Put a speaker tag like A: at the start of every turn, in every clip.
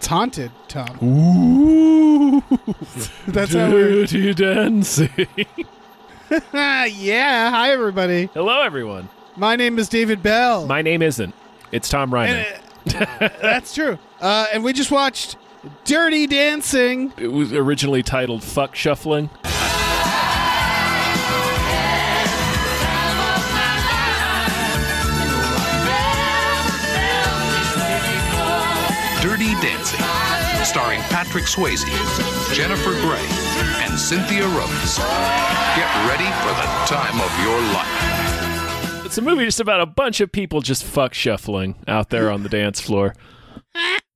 A: Taunted, Tom.
B: Ooh,
A: That's how we're. Ah,
B: dancing.
A: yeah. Hi, everybody.
B: Hello everyone.
A: My name is David Bell.
B: My name isn't. It's Tom Reiner.
A: And, uh, that's true. Uh, and we just watched Dirty Dancing.
B: It was originally titled Fuck Shuffling.
C: Dirty Dancing, starring Patrick Swayze, Jennifer Grey, and Cynthia Rhodes. Get ready for the time of your life.
B: It's a movie just about a bunch of people just fuck shuffling out there on the dance floor.
A: It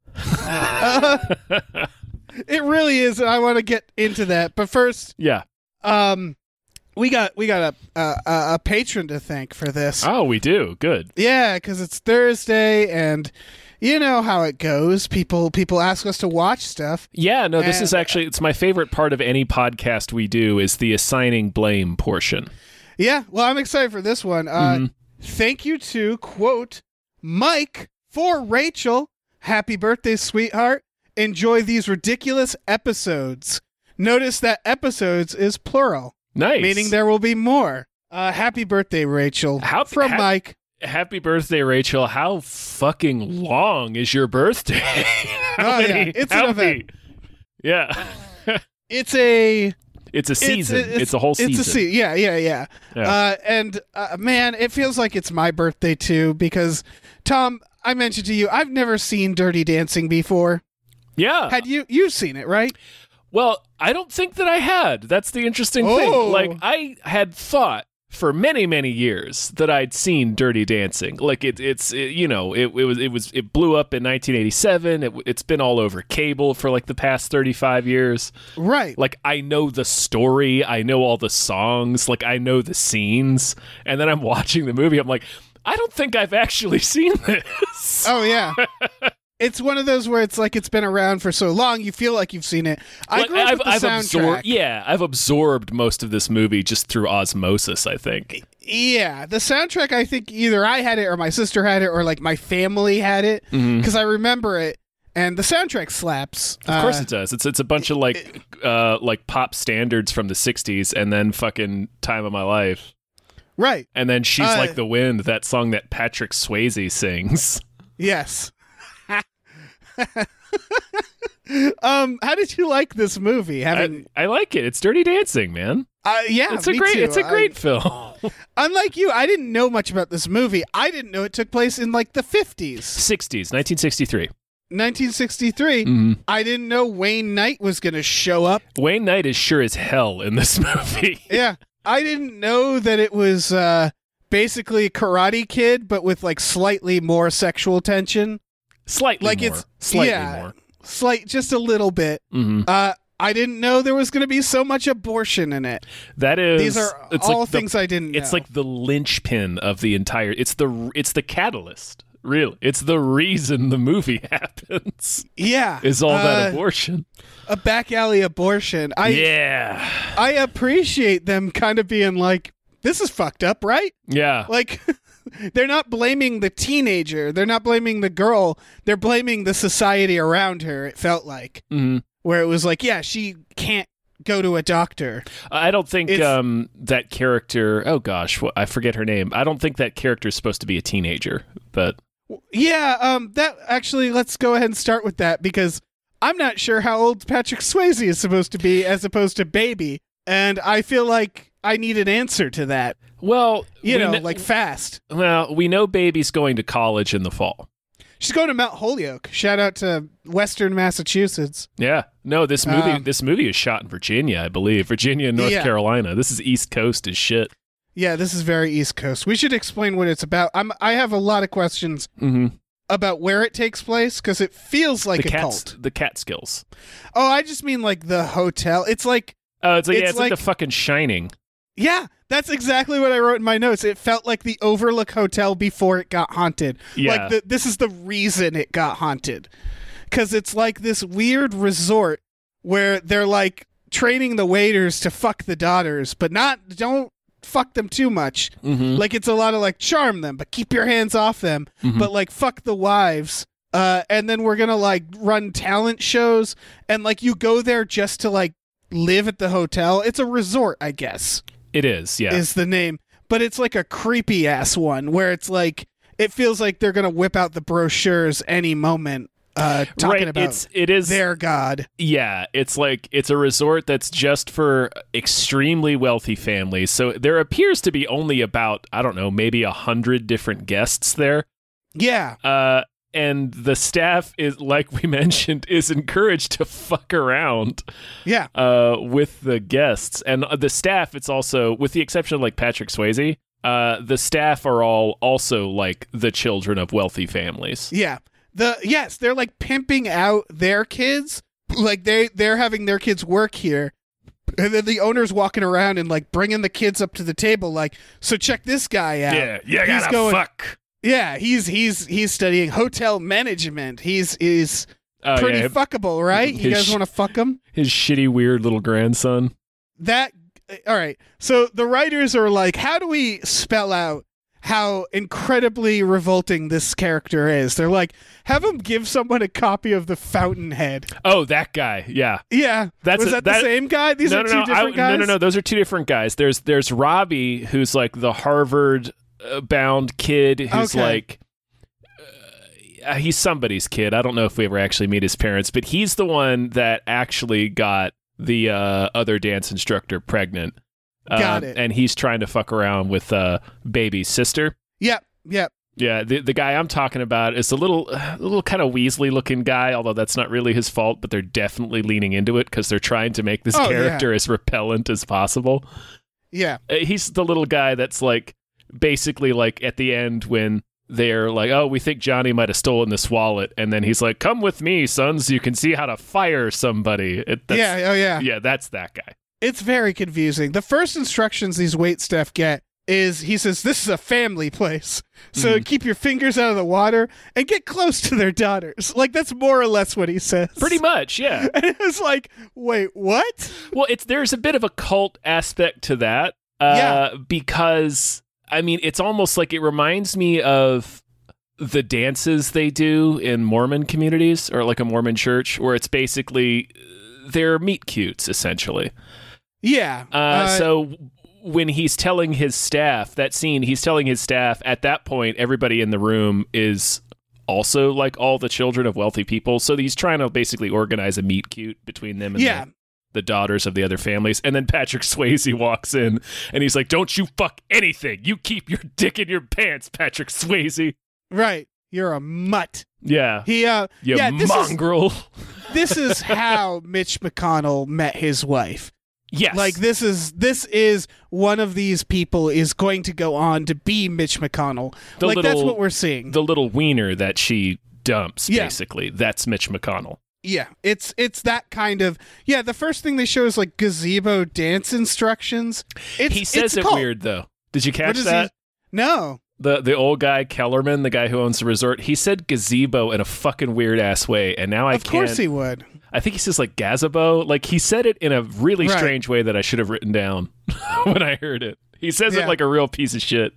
A: really is. and I want to get into that. But first,
B: Yeah.
A: um, we got we got a a, a- a patron to thank for this.
B: Oh, we do. Good.
A: Yeah, because it's Thursday, and you know how it goes. People people ask us to watch stuff.
B: Yeah, no, this
A: And- uh,
B: is actually it's my favorite part of any podcast we do is the assigning blame portion.
A: Yeah, well, I'm excited for this one. Uh,
B: Mm-hmm.
A: Thank you to quote Mike for Rachel. Happy birthday, sweetheart. Enjoy these ridiculous episodes. Notice that episodes is plural,
B: Nice.
A: meaning there will be more. Uh, happy birthday, Rachel.
B: How-
A: from
B: ha-
A: Mike?
B: Happy birthday, Rachel. How fucking long is your birthday? How
A: Oh, yeah. It's an event.
B: Yeah.
A: It's a
B: It's a season. It's, a whole season.
A: It's a season. Yeah, yeah, yeah.
B: Yeah.
A: Uh, and uh, man, it feels like it's my birthday too because Tom, I mentioned to you, I've never seen Dirty Dancing before.
B: Yeah.
A: Had you? You've seen it, right?
B: Well, I don't think that I had. That's the interesting
A: Oh.
B: thing. Like I had thought for many many years that I'd seen Dirty Dancing. Like it, it's it, you know it, it was it was it blew up in 1987. It, w- it's been all over cable for like the past 35 years.
A: Right.
B: Like I know the story. I know all the songs. Like I know the scenes. And then I'm watching the movie. I'm like, I don't think I've actually seen this.
A: Oh yeah. it's one of those where it's like it's been around for so long, you feel like you've seen it. I
B: Like,
A: grew up
B: I've,
A: with the
B: I've
A: soundtrack.
B: absorbed, yeah, I've absorbed most of this movie just through osmosis. I think.
A: Yeah, the soundtrack. I think either I had it or my sister had it or like my family had it because I remember it. And the soundtrack slaps.
B: Mm-hmm. Of course
A: Uh,
B: it does. It's it's a bunch of like uh like pop standards from the '60s, and then fucking "Time of My Life,"
A: right.
B: and then "She's
A: Uh,
B: Like the Wind," that song that Patrick Swayze sings.
A: Yes. um, how did you like this movie?
B: I,
A: Having,
B: I like it. It's Dirty Dancing, man.
A: uh, yeah,
B: It's a
A: me
B: great
A: too.
B: it's a
A: I-
B: great film.
A: unlike you, I didn't know much about this movie. I didn't know it took place in like the fifties,
B: '60s, 1963.
A: nineteen I didn't know Wayne Knight was gonna show up.
B: Mm-hmm. Wayne Knight is sure as hell in this movie.
A: Yeah, I didn't know that it was uh, basically Karate Kid, but with like slightly more sexual tension,
B: slightly
A: like
B: more.
A: it's
B: slightly
A: yeah,
B: more.
A: slight just a little bit.
B: Mhm.
A: Uh, I didn't know there was gonna be so much abortion in it.
B: That is.
A: These are
B: it's
A: all
B: like the-
A: things I didn't know.
B: It's like the linchpin of the entire. It's the it's the catalyst. Really, it's the reason the movie happens.
A: yeah,
B: Is all that
A: uh,
B: abortion?
A: a back alley abortion? I
B: yeah,
A: I appreciate them kind of being like, this is fucked up, right?
B: yeah.
A: Like, they're not blaming the teenager, they're not blaming the girl, they're blaming the society around her. It felt like
B: Mhm.
A: where it was like, yeah, she can't go to a doctor.
B: I don't think
A: It's-
B: um, that character. Oh gosh, wh- I forget her name. I don't think that character is supposed to be a teenager. But
A: W- Yeah, um, that actually, let's go ahead and start with that because. I'm not sure how old Patrick Swayze is supposed to be as opposed to baby, and I feel like I need an answer to that.
B: well,
A: you
B: we
A: know,
B: kn-
A: like fast.
B: well, we know baby's going to college in the fall.
A: She's going to Mount Holyoke. Shout out to Western Massachusetts.
B: Yeah. No, this movie
A: Um,
B: this movie is shot in Virginia, I believe. Virginia and North
A: Yeah.
B: Carolina. This is East Coast as shit.
A: Yeah, this is very East Coast. We should explain what it's about. I'm I have a lot of questions
B: Mm-hmm.
A: about where it takes place because it feels like
B: the
A: a
B: cats,
A: cult.
B: the Catskills.
A: Oh, I just mean like the hotel. It's like
B: Oh, it's like yeah,
A: It's
B: it's like,
A: like-
B: the fucking Shining.
A: yeah, that's exactly what I wrote in my notes. It felt like the Overlook Hotel before it got haunted.
B: Yeah.
A: Like the, this is the reason it got haunted. Cuz it's like this weird resort where they're like training the waiters to fuck the daughters, but not don't fuck them too much.
B: Mm-hmm.
A: Like it's a lot of like charm them, but keep your hands off them.
B: Mhm.
A: But like fuck the wives. Uh, and then we're gonna like run talent shows and like you go there just to like live at the hotel. It's a resort, I guess,
B: It is, yeah.
A: is the name. But it's like a creepy ass one where it's like it feels like they're gonna whip out the brochures any moment, uh talking
B: right.
A: about
B: it's it is
A: their god.
B: Yeah, it's like it's a resort that's just for extremely wealthy families. So there appears to be only about I don't know, maybe a hundred different guests there.
A: Yeah.
B: Uh, and the staff is, like we mentioned, is encouraged to fuck around
A: Yeah.
B: uh, with the guests and uh, the staff. It's also, with the exception of like Patrick Swayze, uh, the staff are all also like the children of wealthy families.
A: Yeah. The yes, they're like pimping out their kids. Like they they're having their kids work here. And then the owner's walking around and like bringing the kids up to the table like, "So check this guy out."
B: yeah,
A: He's going-
B: fuck.
A: Yeah, he's he's he's studying hotel management. He's is
B: Oh,
A: pretty
B: yeah,
A: fuckable, right? You
B: His
A: guys
B: sh-
A: want to fuck him?
B: his shitty, weird little grandson.
A: That uh, all right. So the writers are like, how do we spell out how incredibly revolting this character is? They're like, have him give someone a copy of the Fountainhead.
B: Oh, that guy. Yeah.
A: Yeah,
B: That's
A: was
B: a-
A: that the
B: that-
A: same guy? These
B: no,
A: are
B: no,
A: two
B: no,
A: different
B: I-
A: guys.
B: No, no, no. Those are two different guys. There's there's Robbie, who's like the Harvard uh, bound kid, who's
A: Okay.
B: like uh, he's somebody's kid. I don't know if we ever actually meet his parents, but he's the one that actually got the uh, other dance instructor pregnant.
A: Got
B: Um,
A: it.
B: And he's trying to fuck around with uh, baby's sister.
A: Yep, yep.
B: Yeah, the the guy I'm talking about is a little a little kind of Weasley looking guy, although that's not really his fault, but they're definitely leaning into it because they're trying to make this
A: Oh, yeah.
B: character as repellent as possible.
A: Yeah,
B: Uh, He's the little guy that's like basically like at the end when they're like, "Oh, we think Johnny might have stolen this wallet," and then he's like, "Come with me, sons, you can see how to fire somebody." It, that's,
A: yeah, oh yeah.
B: yeah, that's that guy.
A: It's very confusing. The first instructions these wait staff get is he says this is a family place, so
B: Mm-hmm.
A: keep your fingers out of the water and get close to their daughters. Like that's more or less what he says.
B: Pretty much, yeah.
A: And it was like, wait, what?
B: Well, it's there's a bit of a cult aspect to that. Uh,
A: Yeah.
B: Because I mean, it's almost like it reminds me of the dances they do in Mormon communities or like a Mormon church, where it's basically uh, they're meet cutes essentially.
A: Yeah.
B: Uh, so w- when he's telling his staff that scene, he's telling his staff at that point, everybody in the room is also like all the children of wealthy people. So he's trying to basically organize a meet cute between them and
A: yeah,
B: the the daughters of the other families. And then Patrick Swayze walks in and he's like, Don't you fuck anything. You keep your dick in your pants, Patrick Swayze.
A: right. You're a mutt.
B: Yeah.
A: He uh
B: You
A: yeah, this is
B: mongrel.
A: this is how Mitch McConnell met his wife.
B: yes.
A: Like this is this is one of these people is going to go on to be Mitch McConnell.
B: The
A: like that's
B: little-
A: what we're seeing.
B: the little wiener that she dumps,
A: Yeah.
B: basically. That's Mitch McConnell.
A: yeah, it's it's that kind of yeah. The first thing they show is like gazebo dance instructions. It's,
B: he says
A: it's a
B: it
A: cult.
B: weird, though. Did you
A: What
B: catch
A: does
B: that?
A: he? No.
B: The, the old guy Kellerman, the guy who owns the resort, he said gazebo in a fucking weird ass way, and now I
A: of course
B: can't-
A: he would.
B: I think he says like gazebo. Like he said it in a really
A: Right.
B: strange way that I should have written down when I heard it. He says
A: Yeah.
B: it like a real piece of shit.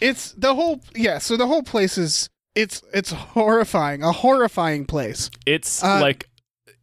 A: It's the whole yeah. So the whole place is it's it's horrifying. A horrifying place.
B: It's
A: Uh,
B: like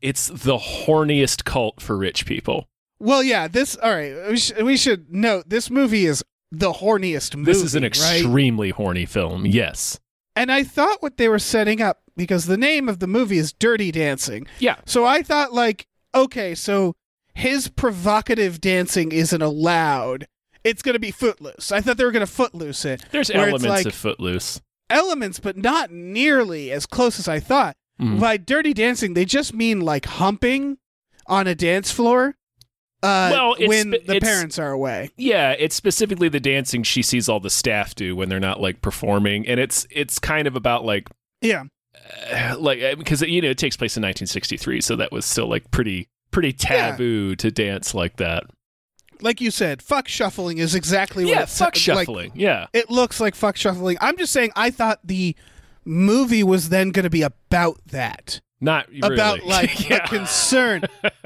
B: it's the horniest cult for rich people.
A: Well, yeah. This all right. We, sh- we should note this movie is the horniest movie.
B: This is an
A: right?
B: extremely horny film. Yes.
A: And I thought what they were setting up because the name of the movie is Dirty Dancing.
B: Yeah.
A: So I thought like, okay, so his provocative dancing isn't allowed. It's going to be footloose. I thought they were going to footloose it.
B: There's
A: where it's
B: elements
A: like
B: of Footloose.
A: elements, but not nearly as close as I thought.
B: Mhm.
A: By dirty dancing, they just mean like humping on a dance floor uh,
B: Well, it's
A: when
B: sp-
A: the
B: it's-
A: parents are away.
B: Yeah, it's specifically the dancing she sees all the staff do when they're not like performing, and it's it's kind of about like
A: Yeah.
B: like because you know it takes place in 1963, so that was still like pretty pretty taboo to dance like that.
A: Like you said, fuck shuffling is exactly what
B: Yeah,
A: it's
B: fuck
A: like,
B: shuffling. yeah,
A: it looks like fuck shuffling. I'm just saying I thought the movie was then going to be about that.
B: not really.
A: About like
B: yeah.
A: a concern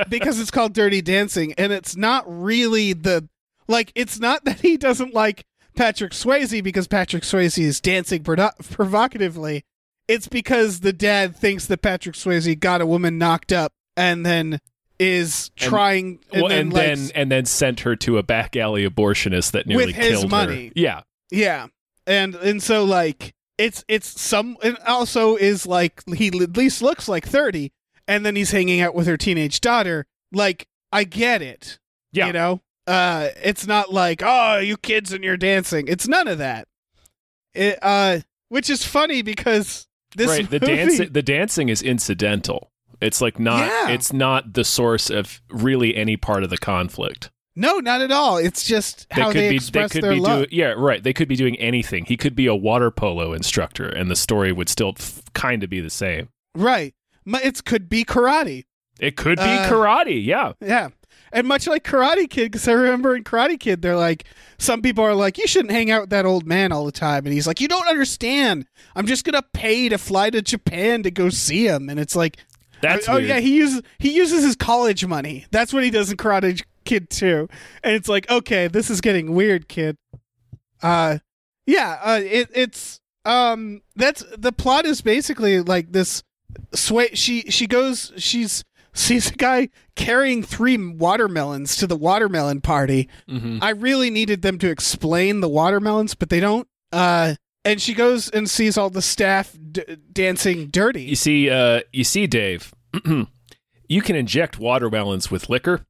A: because it's called Dirty Dancing and it's not really the like it's not that he doesn't like Patrick Swayze because Patrick Swayze is dancing produ- provocatively. It's because the dad thinks that Patrick Swayze got a woman knocked up and then is
B: And-
A: trying and,
B: well,
A: then,
B: and
A: like,
B: then and then sent her to a back alley abortionist that nearly
A: With his
B: killed
A: money.
B: her. Yeah,
A: Yeah, and and so like it's it's some it also is like he l- at least looks like thirty, and then he's hanging out with her teenage daughter. Like I get it,
B: yeah.
A: you know. Uh, it's not like oh you kids and you're dancing. It's none of that. It uh, which is funny because this
B: right. The
A: movie-
B: dancing the dancing is incidental. It's like not
A: Yeah.
B: it's not the source of really any part of the conflict.
A: No, not at all. It's just how they
B: be
A: express
B: could
A: their
B: be
A: love.
B: doing yeah right. They could be doing anything. He could be a water polo instructor, and the story would still f- kind of be the same.
A: right. Mu- It could be karate.
B: It could be
A: Uh,
B: karate. Yeah,
A: Yeah. And much like Karate Kid, because I remember in Karate Kid, they're like, some people are like, you shouldn't hang out with that old man all the time. And he's like, you don't understand. I'm just going to pay to fly to Japan to go see him. And it's like,
B: that's
A: oh,
B: weird.
A: yeah, he uses, he uses his college money. That's what he does in Karate Kid too. And it's like, okay, this is getting weird, kid. Uh, yeah, uh, it, it's, um, that's, the plot is basically like this sway. She, she goes, she's, sees a guy carrying three watermelons to the watermelon party.
B: Mhm.
A: I really needed them to explain the watermelons, but they don't. Uh, and she goes and sees all the staff d- dancing
B: You
A: dirty.
B: see, uh, you see, Dave. you can inject watermelons with liquor,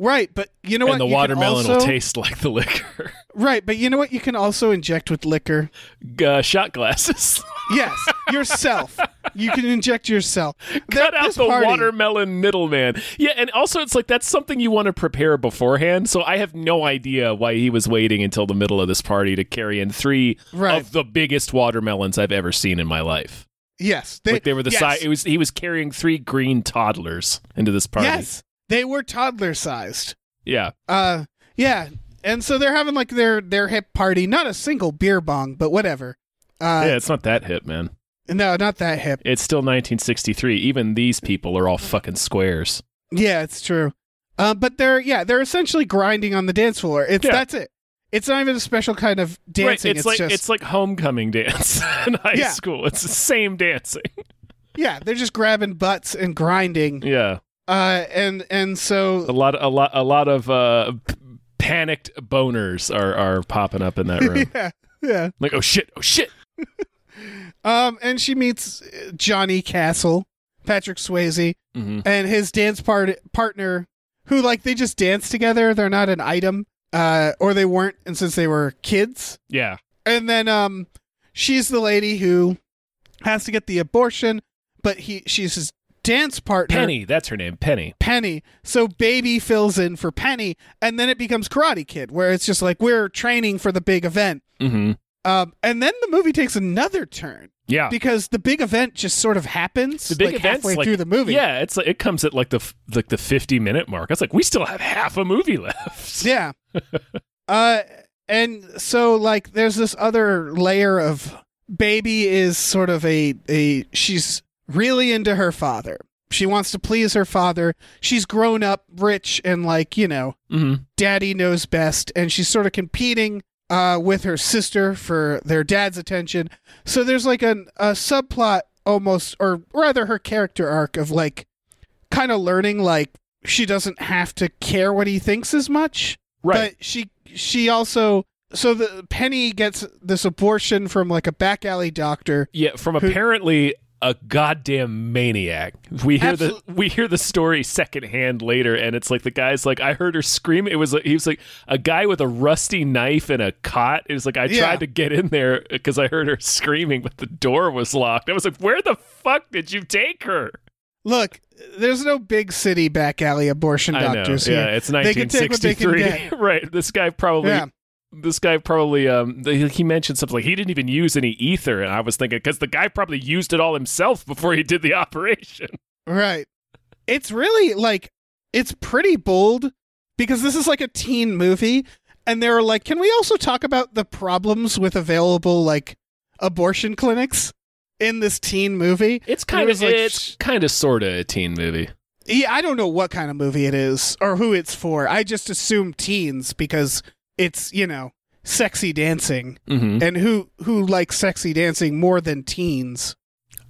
A: Right, but you know what?
B: and the
A: You can
B: watermelon will
A: also-
B: taste like the liquor.
A: Right, but you know what? You can also inject with liquor.
B: G- uh, shot glasses.
A: Yes, yourself. you can inject yourself.
B: Cut
A: That-
B: out
A: this
B: the
A: party-
B: watermelon middleman. Yeah, and also it's like that's something you want to prepare beforehand. So I have no idea why he was waiting until the middle of this party to carry in three
A: Right.
B: of the biggest watermelons I've ever seen in my life.
A: Yes, they,
B: like they were the
A: yes,
B: size. It was he was carrying three green toddlers into this party.
A: Yes, they were toddler sized.
B: Yeah.
A: Uh, yeah, and so they're having like their their hip party. Not a single beer bong, but whatever.
B: yeah.
A: Uh,
B: It's not that hip, man.
A: no, not that hip.
B: It's still 1963. Even these people are all fucking squares.
A: Yeah, it's true. Uh, but they're yeah, they're essentially grinding on the dance floor. It's
B: Yeah.
A: that's it. It's not even a special kind of dancing.
B: right, it's, like
A: just
B: it's like homecoming dance in high
A: Yeah.
B: school. It's the same dancing.
A: yeah, they're just grabbing butts and grinding.
B: Yeah.
A: Uh, and and so
B: a lot a lot a lot of uh p- panicked boners are are popping up in that room
A: yeah, yeah.
B: like oh shit oh shit
A: Um, and she meets uh, Johnny Castle, Patrick Swayze,
B: Mhm.
A: and his dance part- partner, who like they just dance together. They're not an item, uh, or they weren't, and since they were kids,
B: yeah
A: and then um she's the lady who has to get the abortion but he she's his dance partner
B: penny that's her name penny
A: penny so baby fills in for penny and then it becomes karate kid where it's just like we're training for the big event
B: mm-hmm.
A: um and then the movie takes another turn
B: yeah
A: because the big event just sort of happens
B: Ah. the big
A: like,
B: event's
A: halfway
B: like-
A: through the movie
B: yeah it's like it comes at like the f- like the 50 minute mark it's like we still have half a movie left
A: Yeah. uh and so like there's this other layer of baby is sort of a a she's really into her father. She wants to please her father. She's grown up rich and like, you know,
B: mm-hmm.
A: daddy knows best and she's sort of competing uh with her sister for their dad's attention. So there's like an, a subplot almost or rather her character arc of like kind of learning like she doesn't have to care what he thinks as much.
B: right
A: But she she also so the Penny gets this abortion from like a back alley doctor.
B: yeah from
A: who-
B: apparently a goddamn maniac. We hear
A: Absolute-
B: the we hear the story secondhand later, and it's like the guy's like, I heard her scream. It was like he was like a guy with a rusty knife and a cot. It was like I
A: Yeah.
B: tried to get in there because I heard her screaming, but the door was locked. I was like, Where the fuck did you take her?
A: Look, there's no big city back alley abortion
B: I know.
A: doctors
B: Yeah,
A: here.
B: it's
A: They can take what they can
B: 1963. right. This guy probably
A: Yeah.
B: this guy probably um th- he mentioned something like he didn't even use any ether, and I was thinking because the guy probably used it all himself before he did the operation.
A: Right. It's really like it's pretty bold because this is like a teen movie and they're like can we also talk about the problems with available like abortion clinics in this teen movie?
B: It's
A: And it
B: kind of
A: was like,
B: it's kind of sort of a teen movie.
A: Yeah, I don't know what kind of movie it is or who it's for. I just assume teens because it's, you know, sexy dancing.
B: Mm-hmm.
A: And who who likes sexy dancing more than teens?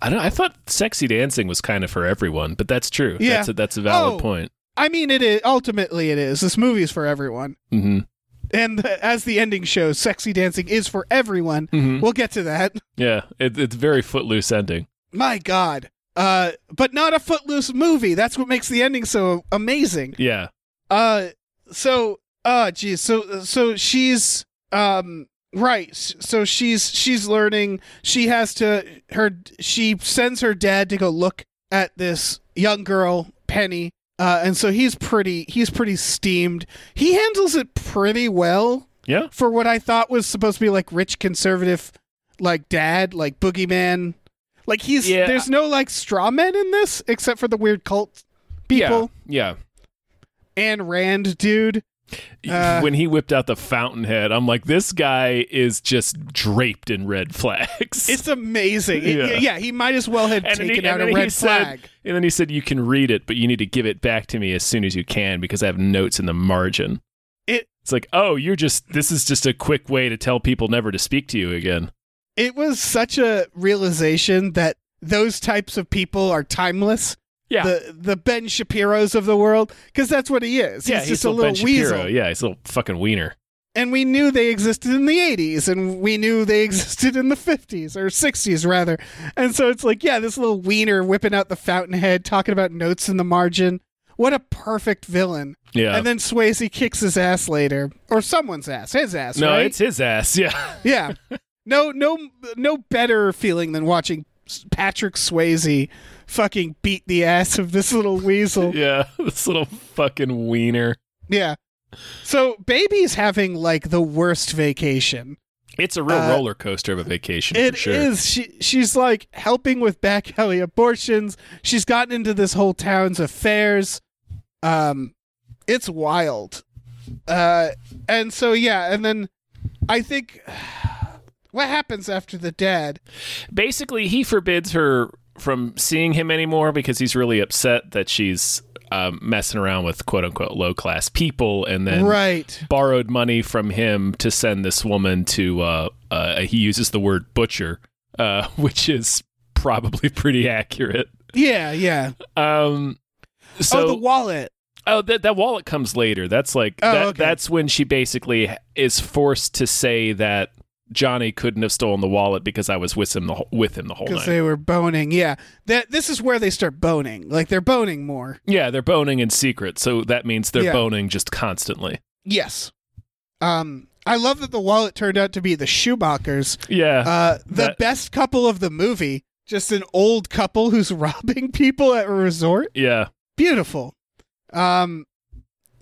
B: I don't. I thought sexy dancing was kind of for everyone, but that's true.
A: Yeah.
B: that's a, that's a valid
A: Oh.
B: point.
A: I mean it is ultimately it is. This movie's for everyone.
B: hmm
A: And the, as the ending shows, sexy dancing is for everyone.
B: Mhm.
A: We'll get to that.
B: Yeah, it, it's very footloose ending.
A: My god. Uh but not a footloose movie. That's what makes the ending so amazing.
B: Yeah.
A: Uh, so, uh, geez, so, so she's, um, right. S- So she's, she's learning. She has to, her, she sends her dad to go look at this young girl, Penny. Uh, and so he's pretty, he's pretty steamed. He handles it pretty well
B: Yeah.
A: for what I thought was supposed to be like rich conservative, like dad, like boogeyman. Like he's,
B: Yeah.
A: there's no like straw men in this except for the weird cult people
B: Yeah.
A: and Rand dude.
B: Yeah.
A: Uh,
B: when he whipped out the fountainhead, I'm like, this guy is just draped in red flags.
A: It's amazing. It-
B: Yeah.
A: yeah. he might as well have
B: then
A: taken
B: he-
A: out a
B: then he
A: red
B: said-
A: flag.
B: and then he said, "You can read it, but you need to give it back to me as soon as you can because I have notes in the margin."
A: It-
B: it's like, oh, you're just this is just a quick way to tell people never to speak to you again.
A: It was such a realization that those types of people are timeless.
B: Yeah.
A: The the Ben Shapiro's of the world, because that's what he is.
B: yeah,
A: he's,
B: he's
A: just a little
B: ben
A: weasel.
B: Shapiro. Yeah, he's a little fucking wiener.
A: And we knew they existed in the 80s, and we knew they existed in the 50s or 60s rather. And so it's like, yeah, this little wiener whipping out the fountainhead, talking about notes in the margin. What a perfect villain!
B: Yeah.
A: And then Swayze kicks his ass later, or someone's ass, his ass.
B: no,
A: right?
B: it's his ass. Yeah.
A: Yeah. No, no, no better feeling than watching S- Patrick Swayze fucking beat the ass of this little weasel.
B: yeah. This little fucking wiener.
A: Yeah. So baby's having like the worst vacation.
B: It's a real
A: Uh,
B: roller coaster of a vacation
A: It
B: for
A: is.
B: sure.
A: She she's like helping with back alley abortions. She's gotten into this whole town's affairs. Um, it's wild. Uh, and so yeah, and then I think what happens after the dad?
B: Basically, he forbids her from seeing him anymore because he's really upset that she's um, messing around with quote unquote low class people, and then
A: right.
B: borrowed money from him to send this woman to uh, uh he uses the word butcher uh which is probably pretty accurate
A: Yeah, yeah.
B: um so
A: oh, the wallet.
B: oh, that, that wallet comes later that's like
A: Oh,
B: that,
A: okay.
B: that's when she basically is forced to say that Johnny couldn't have stolen the wallet because I was with him the whole, with him the whole night.
A: Because they were boning. Yeah. That this is where they start boning. Like they're boning more.
B: yeah, they're boning in secret, so that means they're
A: Yeah.
B: boning just constantly.
A: Yes. Um I love that the wallet turned out to be the Schumachers.
B: Yeah,
A: Uh the
B: That-
A: best couple of the movie. Just an old couple who's robbing people at a resort.
B: yeah.
A: Beautiful. Um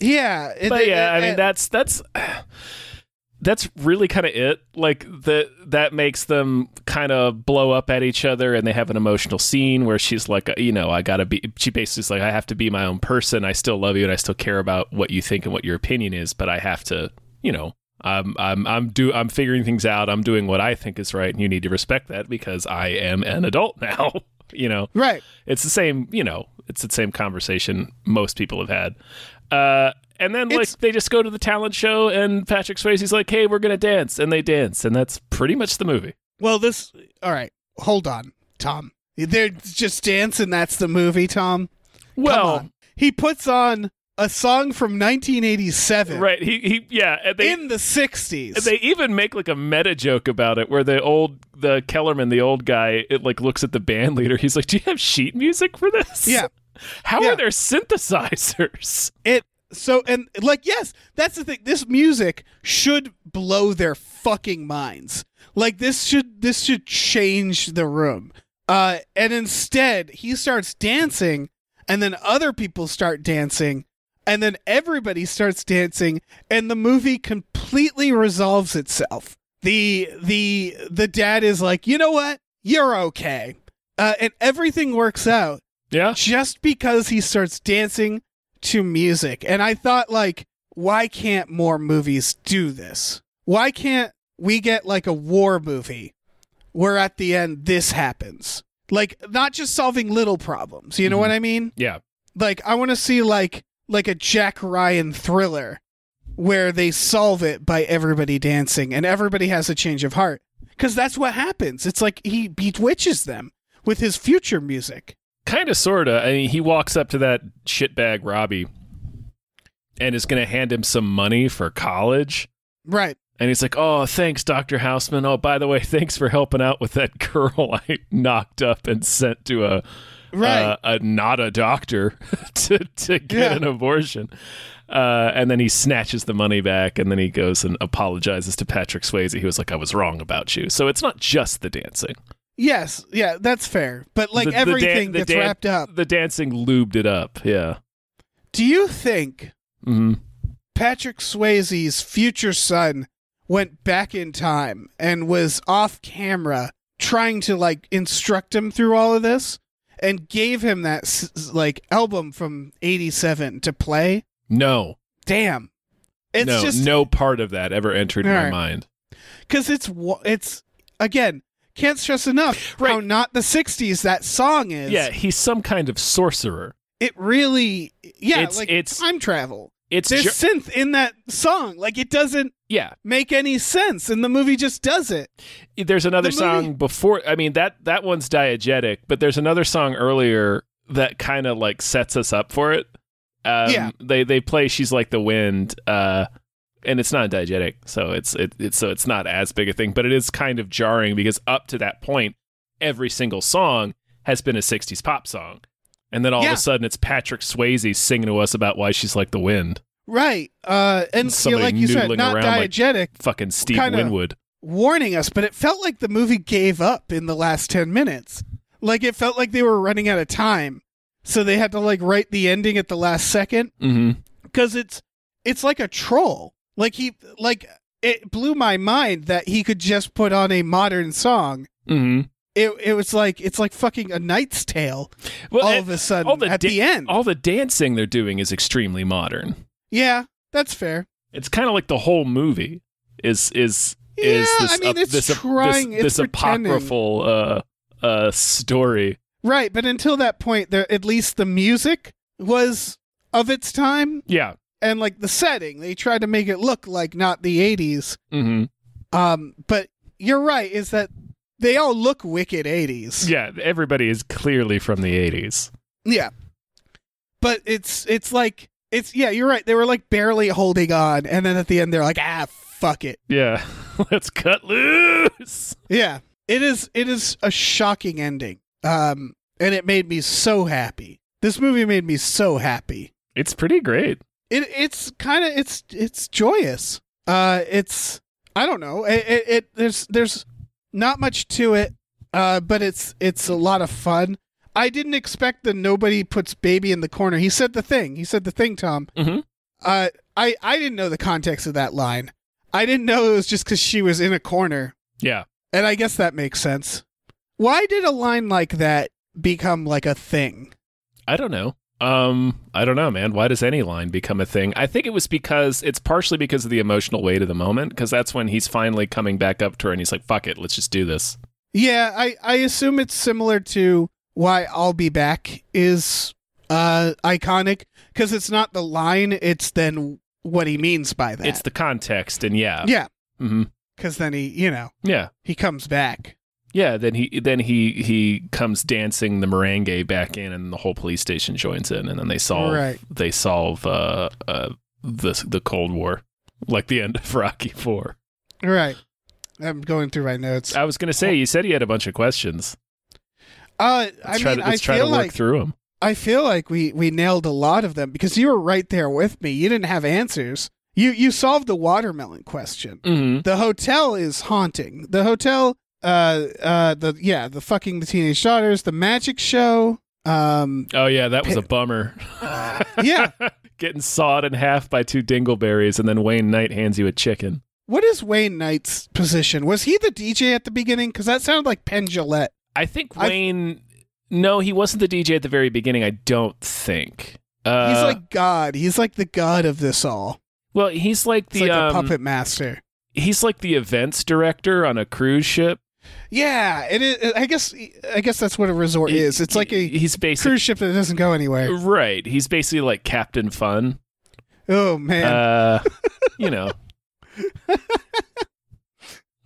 A: yeah. it-
B: but yeah, I
A: it-
B: mean
A: it-
B: that's that's that's really kind of it. Like that that makes them kind of blow up at each other, and they have an emotional scene where she's like, you know, I gotta be. She basically is like, I have to be my own person. I still love you, and I still care about what you think and what your opinion is. But I have to, you know, I'm I'm I'm do I'm figuring things out. I'm doing what I think is right, and you need to respect that because I am an adult now. you know,
A: Right.
B: it's the same you know it's the same conversation most people have had uh and then like
A: It's-
B: they just go to the talent show and patrick swayze's like hey we're gonna dance and they dance and that's pretty much the movie
A: Well this all right. Hold on, Tom. They're just dancing, that's the movie, Tom. Come
B: well
A: on. he puts on a song from 1987
B: right he, he yeah and they
A: in the 60s.
B: they even make like a meta joke about it where the old the kellerman the old guy it like looks at the band leader he's like do you have sheet music for this
A: yeah.
B: how
A: Yeah.
B: are there synthesizers
A: It so and like yes, that's the thing. This music should blow their fucking minds. Like this should this should change the room. Uh and instead, he starts dancing and then other people start dancing and then everybody starts dancing and the movie completely resolves itself the the the dad is like you know what you're okay uh, and everything works out
B: Yeah.
A: just because he starts dancing to music and i thought like why can't more movies do this why can't we get like a war movie where at the end this happens like not just solving little problems you know
B: Mhm.
A: what i mean
B: Yeah.
A: like I want to see like like a Jack Ryan thriller where they solve it by everybody dancing and everybody has a change of heart cuz that's what happens. It's like he bewitches them with his future music.
B: Kind of, sort of. I mean, he walks up to that shitbag Robbie and is going to hand him some money for college.
A: Right.
B: And he's like, Oh, thanks, Dr. Houseman. Oh, by the way, thanks for helping out with that girl I knocked up and sent to a,
A: Right.
B: uh, a not a doctor to, to get
A: Yeah.
B: an abortion. Uh, and then he snatches the money back and then he goes and apologizes to Patrick Swayze. He was like, I was wrong about you. So it's not just the dancing.
A: yes. Yeah, that's fair. But like
B: The- the dan-
A: everything
B: the
A: gets
B: dan-
A: wrapped up.
B: The dancing lubed it up. Yeah.
A: Do you think
B: hmm
A: Patrick Swayze's future son went back in time and was off camera trying to like instruct him through all of this and gave him that s- s- like album from 87 to play.
B: No.
A: Damn. It's
B: no,
A: just
B: no part of that ever entered my
A: Alright.
B: mind.
A: cuz it's wa- it's again, can't stress enough how
B: Right.
A: not the 60s that song is.
B: Yeah, he's some kind of sorcerer.
A: It really yeah,
B: It's-
A: like
B: it's-
A: time travel.
B: It's
A: There's
B: ju-
A: synth in that song. Like it doesn't
B: yeah.
A: make any sense and the movie just does it.
B: There's another
A: The
B: song
A: movie-
B: before. I mean that that one's diegetic, but there's another song earlier that kind of like sets us up for it. Um,
A: Yeah.
B: They they play "She's Like the Wind," uh, and it's not diegetic, so it's it, it's so it's not as big a thing, but it is kind of jarring because up to that point, every single song has been a '60s pop song, and then all
A: Yeah.
B: of a sudden it's Patrick Swayze singing to us about why she's like the wind.
A: Right. Uh, and you know,
B: Somebody
A: like you said,
B: noodling
A: not
B: around, like-
A: diegetic,
B: Fucking Steve
A: Kinda-
B: Winwood.
A: warning us, but it felt like the movie gave up in the last 10 minutes. Like it felt like they were running out of time. So they had to like write the ending at the last second
B: Mm-hmm.
A: because it's it's like a troll. Like he like it blew my mind that he could just put on a modern song.
B: Mm-hmm.
A: It it was like it's like fucking a knight's tale
B: Well,
A: all
B: and-
A: of a sudden
B: all the
A: at
B: da-
A: the end.
B: all the dancing they're doing is extremely modern.
A: yeah, that's fair.
B: It's kind of like the whole movie is is is
A: Yeah,
B: this
A: I mean,
B: ap-
A: it's
B: this, ap-
A: trying-
B: this,
A: it's
B: this
A: pretending.
B: apocryphal uh uh story.
A: Right, but until that point, there at least the music was of its time,
B: Yeah.
A: and like the setting, they tried to make it look like not the '80s.
B: Mm-hmm.
A: Um, but you're right, is that they all look wicked '80s.
B: Yeah, everybody is clearly from the 80s.
A: Yeah. but it's it's like it's yeah, you're right. They were like barely holding on, and then at the end, they're like, ah, fuck it.
B: Yeah. Let's cut loose.
A: Yeah, it is. It is a shocking ending. Um, and it made me so happy. This movie made me so happy.
B: It's pretty great.
A: it it's kind of it's it's joyous. Uh, it's I don't know. It, it, it there's there's not much to it, uh, but it's it's a lot of fun. I didn't expect that nobody puts baby in the corner. He said the thing. He said the thing, Tom.
B: Mhm.
A: Uh, I I didn't know the context of that line. I didn't know it was just because she was in a corner,
B: Yeah.
A: and I guess that makes sense. Why did a line like that become like a thing?
B: I don't know. Um, I don't know, man. Why does any line become a thing? I think it was because it's partially because of the emotional weight of the moment, because that's when he's finally coming back up to her and he's like, fuck it, let's just do this.
A: Yeah, I, I assume it's similar to why I'll be back is uh iconic because it's not the line, it's then what he means by that.
B: It's the context, and yeah.
A: yeah,
B: hmm
A: because then he, you know,
B: Yeah.
A: he comes back.
B: Yeah. Then he then he he comes dancing the merengue back in and the whole police station joins in and then they solve
A: Right.
B: they solve uh, uh the the Cold War. Like the end of Rocky Four.
A: All right. I'm going through my notes. Uh,
B: I was gonna say you said you had a bunch of questions.
A: I
B: Let's try
A: mean,
B: to,
A: Uh, I
B: let's try to
A: feel
B: work
A: like
B: through them.
A: I feel like we we nailed a lot of them because you were right there with me. You didn't have answers. You you solved the watermelon question.
B: Mm-hmm.
A: The hotel is haunting. The hotel, uh, uh, the yeah, the fucking the teenage daughters, the magic show. Um,
B: Oh yeah, that was a bummer.
A: Uh, yeah,
B: getting sawed in half by two dingleberries, and then Wayne Knight hands you a chicken.
A: What is Wayne Knight's position? Was he the DJ at the beginning? Because that sounded like Penn Jillette.
B: I think
A: I've-
B: Wayne. No, he wasn't the DJ at the very beginning. I don't think. Uh,
A: He's like God. He's like the God of this all.
B: well, he's like the,
A: He's like
B: um,
A: the puppet master.
B: he's like the events director on a cruise ship.
A: Yeah, it is. I guess. I guess that's what a resort
B: He- Uh,
A: is. It's like a
B: he's basically
A: cruise ship that doesn't go anywhere.
B: right. He's basically like Captain Fun.
A: Oh man.
B: Uh, you know.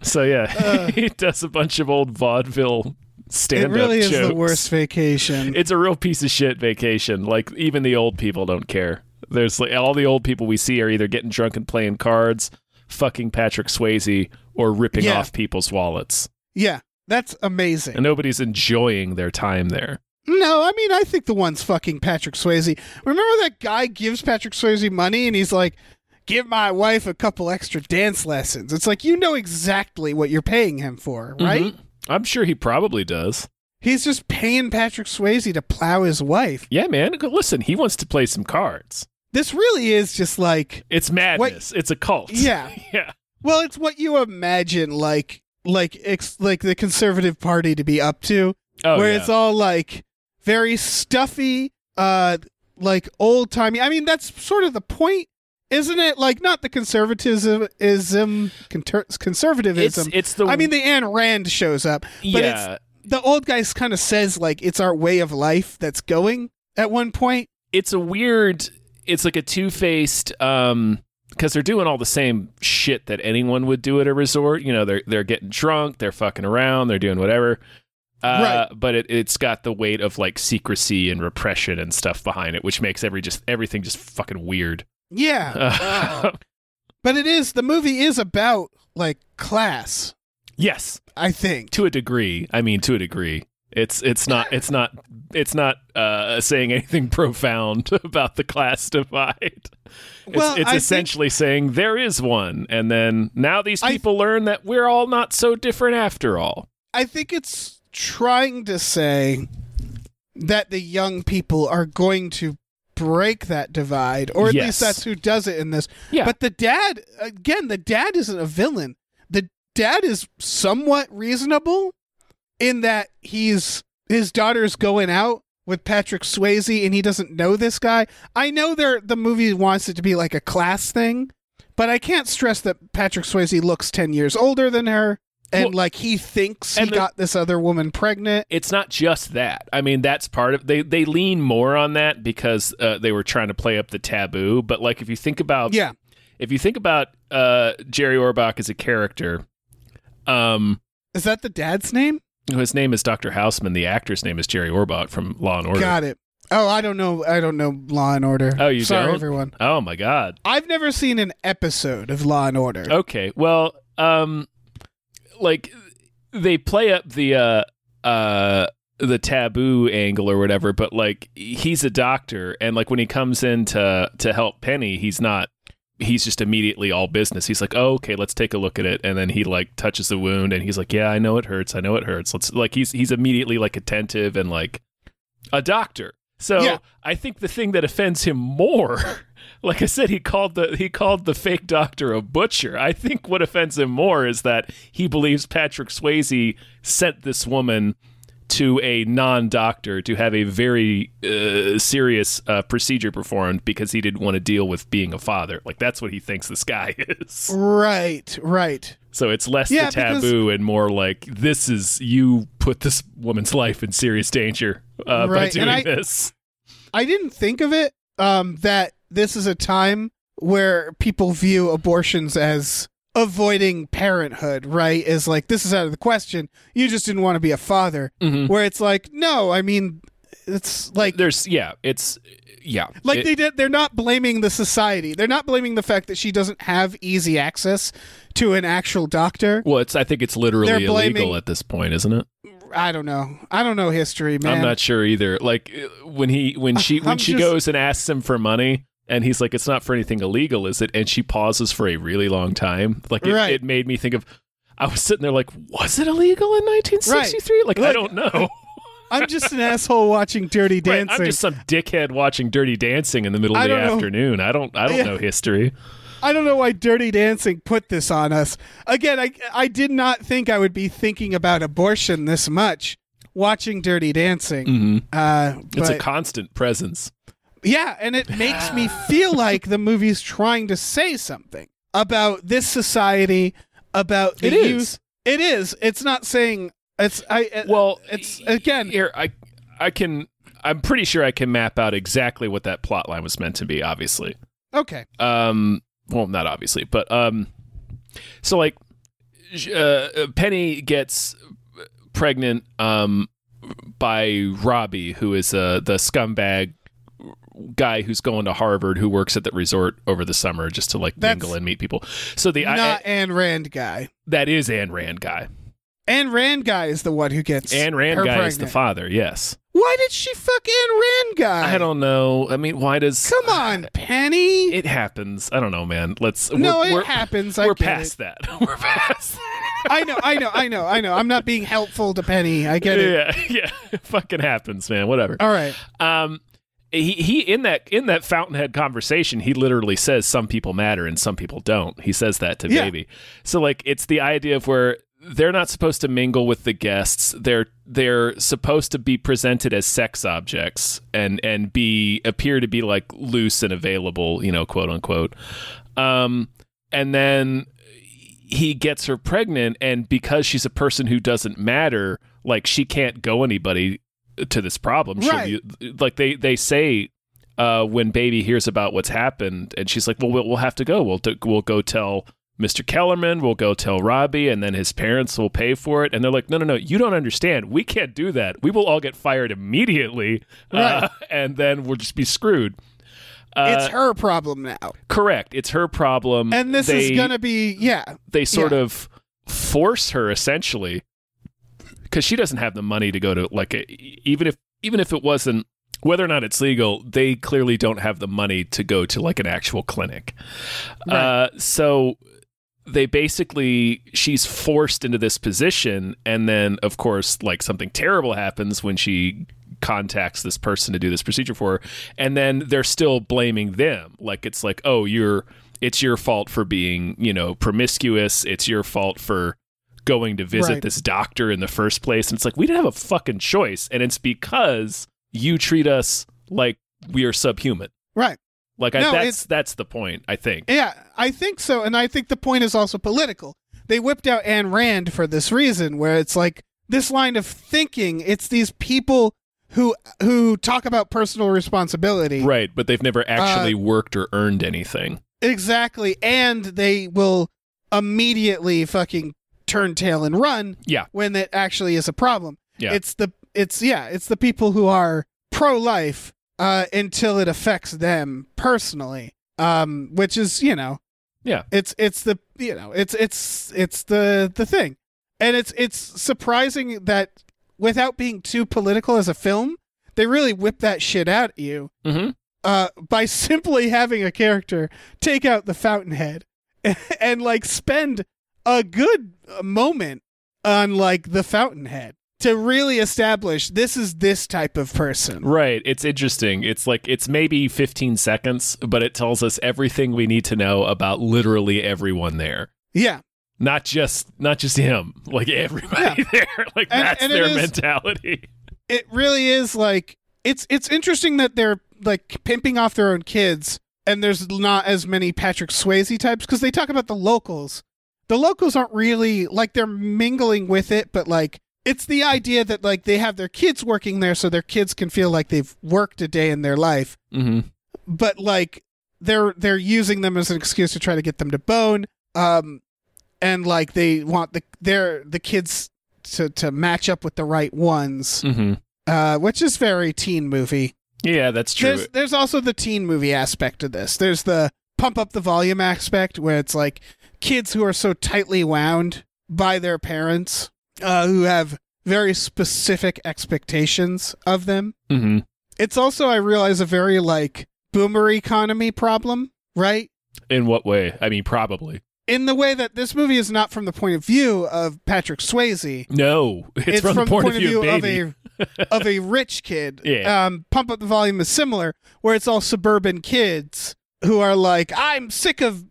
B: so yeah,
A: Uh.
B: he does a bunch of old vaudeville
A: it
B: stand-up
A: really is the
B: jokes.
A: worst vacation.
B: It's a real piece of shit vacation. Like even the old people don't care. There's like all the old people we see are either getting drunk and playing cards, fucking Patrick Swayze, or ripping
A: Yeah.
B: off people's wallets.
A: yeah, that's amazing.
B: And nobody's enjoying their time there.
A: No, I mean I think the one's fucking Patrick Swayze. Remember that guy gives Patrick Swayze money and he's like, "Give my wife a couple extra dance lessons." It's like you know exactly what you're paying him for, right?
B: Mhm. I'm sure he probably does.
A: He's just paying Patrick Swayze to plow his wife.
B: Yeah, man. Listen, he wants to play some cards.
A: This really is just like,
B: It's madness. It's a cult.
A: Yeah.
B: yeah.
A: well, it's what you imagine like like ex- like the conservative party to be up to.
B: Oh,
A: where
B: yeah.
A: it's all like very stuffy, uh, like old timey. I mean, that's sort of the point, isn't it? Like, not the conservatism ism conter-
B: it's,
A: conservatism.
B: it's the
A: I mean, the Anne Rand shows up, but
B: yeah.
A: it's the old guy kind of says like it's our way of life that's going at one point.
B: it's a weird it's like a two-faced um because they're doing all the same shit that anyone would do at a resort you know they're they're getting drunk they're fucking around they're doing whatever uh, but it, it's got the weight of like secrecy and repression and stuff behind it which makes every just everything just fucking weird Uh,
A: Yeah, but it is the movie is about like class.
B: yes
A: I think
B: to a degree i mean to a degree it's it's not it's not it's not uh, saying anything profound about the class divide it's,
A: Well,
B: it's
A: I
B: essentially saying there is one and then now these
A: I-
B: people learn that we're all not so different after all
A: I think it's trying to say that the young people are going to break that divide, or at
B: Yes.
A: least that's who does it in this.
B: Yeah.
A: But the dad, again, the dad isn't a villain. The dad is somewhat reasonable in that he's his daughter's going out with Patrick Swayze and he doesn't know this guy. I know they're, the movie wants it to be like a class thing, but I can't stress that Patrick Swayze looks 10 years older than her and
B: Well-
A: like he thinks he
B: And the-
A: got this other woman pregnant.
B: it's not just that i mean that's part of they they lean more on that because uh, they were trying to play up the taboo but like if you think about
A: Yeah.
B: if you think about uh, jerry orbach as a character um
A: Is that the dad's name?
B: His name is Dr. Houseman. The actor's name is Jerry Orbach from Law and Order.
A: Got it. Oh, I don't know. I don't know Law and Order.
B: Oh, you
A: Sorry,
B: don't?
A: everyone.
B: Oh my God.
A: I've never seen an episode of Law and Order.
B: Okay. Well, um, like they play up the uh uh the taboo angle or whatever, but like he's a doctor, and like when he comes in to to help Penny, he's not. He's just immediately all business. He's like, "Oh, okay, let's take a look at it," and then he like touches the wound, and he's like, "Yeah, I know it hurts. I know it hurts." Let's like he's he's immediately like attentive and like a doctor. So
A: Yeah.
B: I think the thing that offends him more, like I said, he called the he called the fake doctor a butcher. I think what offends him more is that he believes Patrick Swayze sent this woman to a non-doctor to have a very uh, serious uh, procedure performed because he didn't want to deal with being a father. Like that's what he thinks this guy is.
A: Right, right.
B: So it's less
A: Yeah,
B: the
A: because-
B: taboo and more like this is you put this woman's life in serious danger uh, by
A: Right, and
B: doing
A: I-
B: this.
A: I didn't think of it um, that this is a time where people view abortions as avoiding parenthood, right? Is like this is out of the question. You just didn't want to be a father.
B: Mhm.
A: Where it's like, no, I mean, it's like
B: There's yeah, it's yeah,
A: like
B: It-
A: they did they're not blaming the society they're not blaming the fact that she doesn't have easy access to an actual doctor
B: Well, it's I think it's literally
A: They're
B: illegal
A: blaming-
B: at this point, isn't it?
A: i don't know i don't know history man
B: I'm not sure either. Like uh, when he when she when
A: I'm
B: she
A: just-
B: goes and asks him for money and he's like it's not for anything illegal, is it? And she pauses for a really long time. Like it,
A: Right.
B: it made me think of I was sitting there like was it illegal in 1963? Like I
A: Like,
B: don't know.
A: I'm just an asshole watching Dirty
B: Right,
A: Dancing.
B: I'm just some dickhead watching Dirty Dancing in the middle of
A: I
B: the
A: don't know.
B: afternoon. I don't I don't
A: Yeah.
B: know history.
A: I don't know why Dirty Dancing put this on us. Again, I I did not think I would be thinking about abortion this much watching Dirty Dancing. Uh,
B: Mm-hmm. It's
A: but,
B: a constant presence.
A: yeah, and it makes me feel like the movie's trying to say something about this society, about the
B: It is.
A: youth. It is. It's not saying it's. I uh,
B: Well,
A: it's again.
B: here I I can I'm pretty sure I can map out exactly what that plot line was meant to be, obviously.
A: Okay.
B: um well not obviously but um so like sh- uh, penny gets pregnant um by robbie who is uh the scumbag guy who's going to harvard who works at the resort over the summer just to like
A: That's
B: mingle and meet people so the I,
A: not Anne Rand guy.
B: that is Anne Rand guy.
A: Anne Rand guy is the one who gets
B: Anne Rand
A: her
B: guy is the
A: pregnant.
B: father. Yes,
A: Why did she fuck Anne Rand guy?
B: I don't know. I mean, why does
A: Come on, Penny.
B: it happens? I don't know, man. Let's
A: no,
B: we're,
A: it
B: we're,
A: happens. I
B: We're
A: get
B: past
A: It.
B: that. We're past.
A: I know, I know, I know, I know. I'm not being helpful to Penny. I get it.
B: yeah, yeah, It fucking happens, man. Whatever.
A: All right.
B: Um, he he in that in that fountainhead conversation, he literally says some people matter and some people don't. He says that to
A: Yeah.
B: baby. So like it's the idea of where they're not supposed to mingle with the guests. They're they're supposed to be presented as sex objects and and be appear to be like loose and available, you know, quote unquote. Um, and then he gets her pregnant and because she's a person who doesn't matter like she can't go anybody to this problem She'll
A: Right.
B: be- like they they say uh, when baby hears about what's happened and she's like well we'll, we'll have to go we'll t- we'll go tell Mr. Kellerman we'll go tell Robbie and then his parents will pay for it and they're like no no no you don't understand we can't do that we will all get fired immediately uh,
A: Right.
B: and then we'll just be screwed Uh,
A: it's her problem now.
B: correct it's her problem
A: And this
B: They-
A: is going to be, yeah.
B: they sort
A: Yeah.
B: of force her essentially because she doesn't have the money to go to like a, even if even if it wasn't whether or not it's legal they clearly don't have the money to go to like an actual clinic uh, so they basically she's forced into this position and then of course like something terrible happens when she contacts this person to do this procedure for her and then they're still blaming them like it's like oh you're it's your fault for being you know promiscuous it's your fault for going to visit
A: Right.
B: this doctor in the first place and it's like we didn't have a fucking choice and it's because you treat us like we are subhuman
A: Right.
B: like
A: No,
B: I, that's
A: it's-
B: that's the point i think
A: Yeah, I think so. And I think the point is also political. They whipped out Anne Rand for this reason, where it's like this line of thinking, it's these people who who talk about personal responsibility.
B: Right, but they've never actually
A: Uh,
B: worked or earned anything.
A: Exactly. And they will immediately fucking turn tail and run
B: Yeah.
A: when it actually is a problem.
B: Yeah.
A: It's the it's yeah, it's the people who are pro life uh until it affects them personally. Um which is, you know,
B: Yeah.
A: It's it's the you know, it's it's it's the the thing. And it's it's surprising that without being too political as a film, they really whip that shit out at you
B: Mm-hmm.
A: uh, by simply having a character take out the fountainhead and like spend a good uh, moment on like the fountainhead to really establish this is this type of person.
B: Right. It's interesting. It's like it's maybe 15 seconds, but it tells us everything we need to know about literally everyone there.
A: Yeah.
B: Not just not just him, like everybody there. Like
A: And-
B: that's
A: and it
B: their
A: is-
B: mentality.
A: It really is like it's it's interesting that they're like pimping off their own kids and there's not as many Patrick Swayze types cuz they talk about the locals. The locals aren't really like they're mingling with it but like it's the idea that like they have their kids working there so their kids can feel like they've worked a day in their life
B: Mm-hmm.
A: but like they're they're using them as an excuse to try to get them to bone um and like they want the their the kids to to match up with the right ones
B: Mm-hmm.
A: uh which is very teen movie
B: Yeah, that's true.
A: there's there's also the teen movie aspect of this there's the pump up the volume aspect where it's like kids who are so tightly wound by their parents uh who have very specific expectations of them
B: mm-hmm.
A: it's also i realize a very like boomer economy problem right
B: In what way? I mean, probably.
A: in the way that this movie is not from the point of view of patrick swayze
B: No, it's, from, the point, of view of baby.
A: a of a rich kid.
B: Yeah.
A: Um, Pump Up the Volume is similar, where it's all suburban kids who are like, I'm sick of,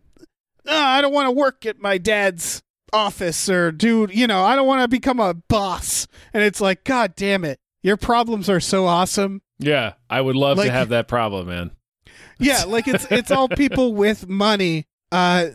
A: uh, I don't want to work at my dad's office or do, you know, I don't want to become a boss. And it's like, God damn it. Your problems are so awesome.
B: Yeah, I would love
A: Like-
B: to have that problem, man.
A: Yeah, like it's it's all people with money uh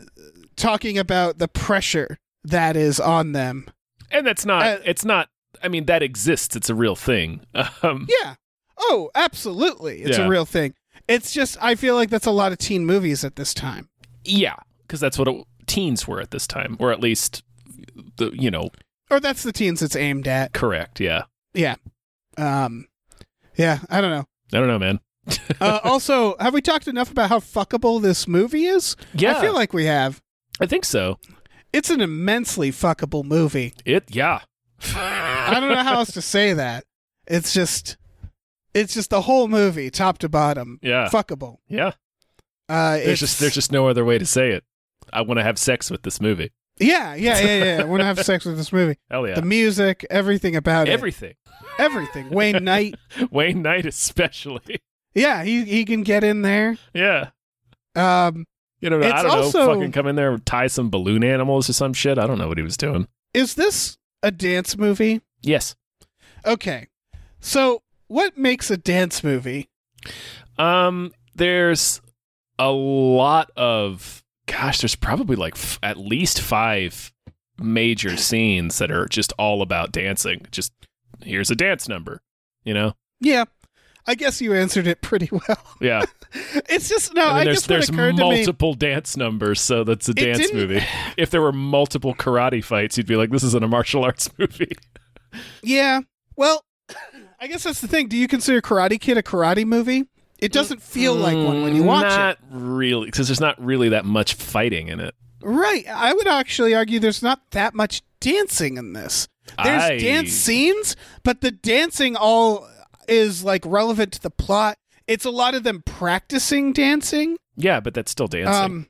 A: talking about the pressure that is on them.
B: And that's not.
A: Uh,
B: it's not. I mean, that exists. It's a real thing. Um,
A: Yeah. Oh, absolutely. It's
B: Yeah.
A: a real thing. It's just I feel like that's a lot of teen movies at this time.
B: yeah, because that's what it, teens were at this time, or at least the you know
A: Or that's the teens it's aimed at.
B: correct. Yeah,
A: Yeah. Um yeah, I don't know.
B: I don't know, man.
A: Uh, also, have we talked enough about how fuckable this movie is?
B: Yeah,
A: I feel like we have.
B: I think so.
A: It's an immensely fuckable movie.
B: It. Yeah.
A: I don't know how else to say that. It's just, it's just the whole movie, top to bottom,
B: Yeah.
A: fuckable.
B: Yeah.
A: Uh,
B: There's
A: it's-
B: just there's just no other way to say it. I want to have sex with this movie.
A: yeah, yeah, yeah, yeah. We're gonna have sex with this movie.
B: Hell yeah.
A: The music, everything about
B: Everything.
A: it, everything. Wayne Knight,
B: Wayne Knight especially.
A: yeah, he he can get in there.
B: yeah.
A: Um,
B: You know, I
A: It's
B: don't know,
A: also-
B: fucking come in there and tie some balloon animals or some shit. I don't know what he was doing.
A: is this a dance movie?
B: Yes.
A: Okay, so what makes a dance movie?
B: Um there's a lot of gosh, there's probably like f- at least 5 major scenes that are just all about dancing. Just here's a dance number, you know?
A: Yeah, I guess you answered it pretty well.
B: Yeah.
A: It's just
B: I
A: no.
B: mean,
A: I
B: there's
A: guess what
B: there's
A: occurred to me.
B: multiple dance numbers, so that's a dance
A: didn't-
B: movie. If there were multiple karate fights, you'd be like, "This isn't a martial arts movie."
A: Yeah. Well, I guess that's the thing. Do you consider Karate Kid a karate movie? It doesn't feel like one when you watch it.
B: Mm, not really, because there's not really that much fighting in it.
A: Right. I would actually argue there's not that much dancing in this. There's
B: I-
A: dance scenes, but the dancing all is like relevant to the plot. It's a lot of them practicing dancing.
B: Yeah, but that's still dancing.
A: Um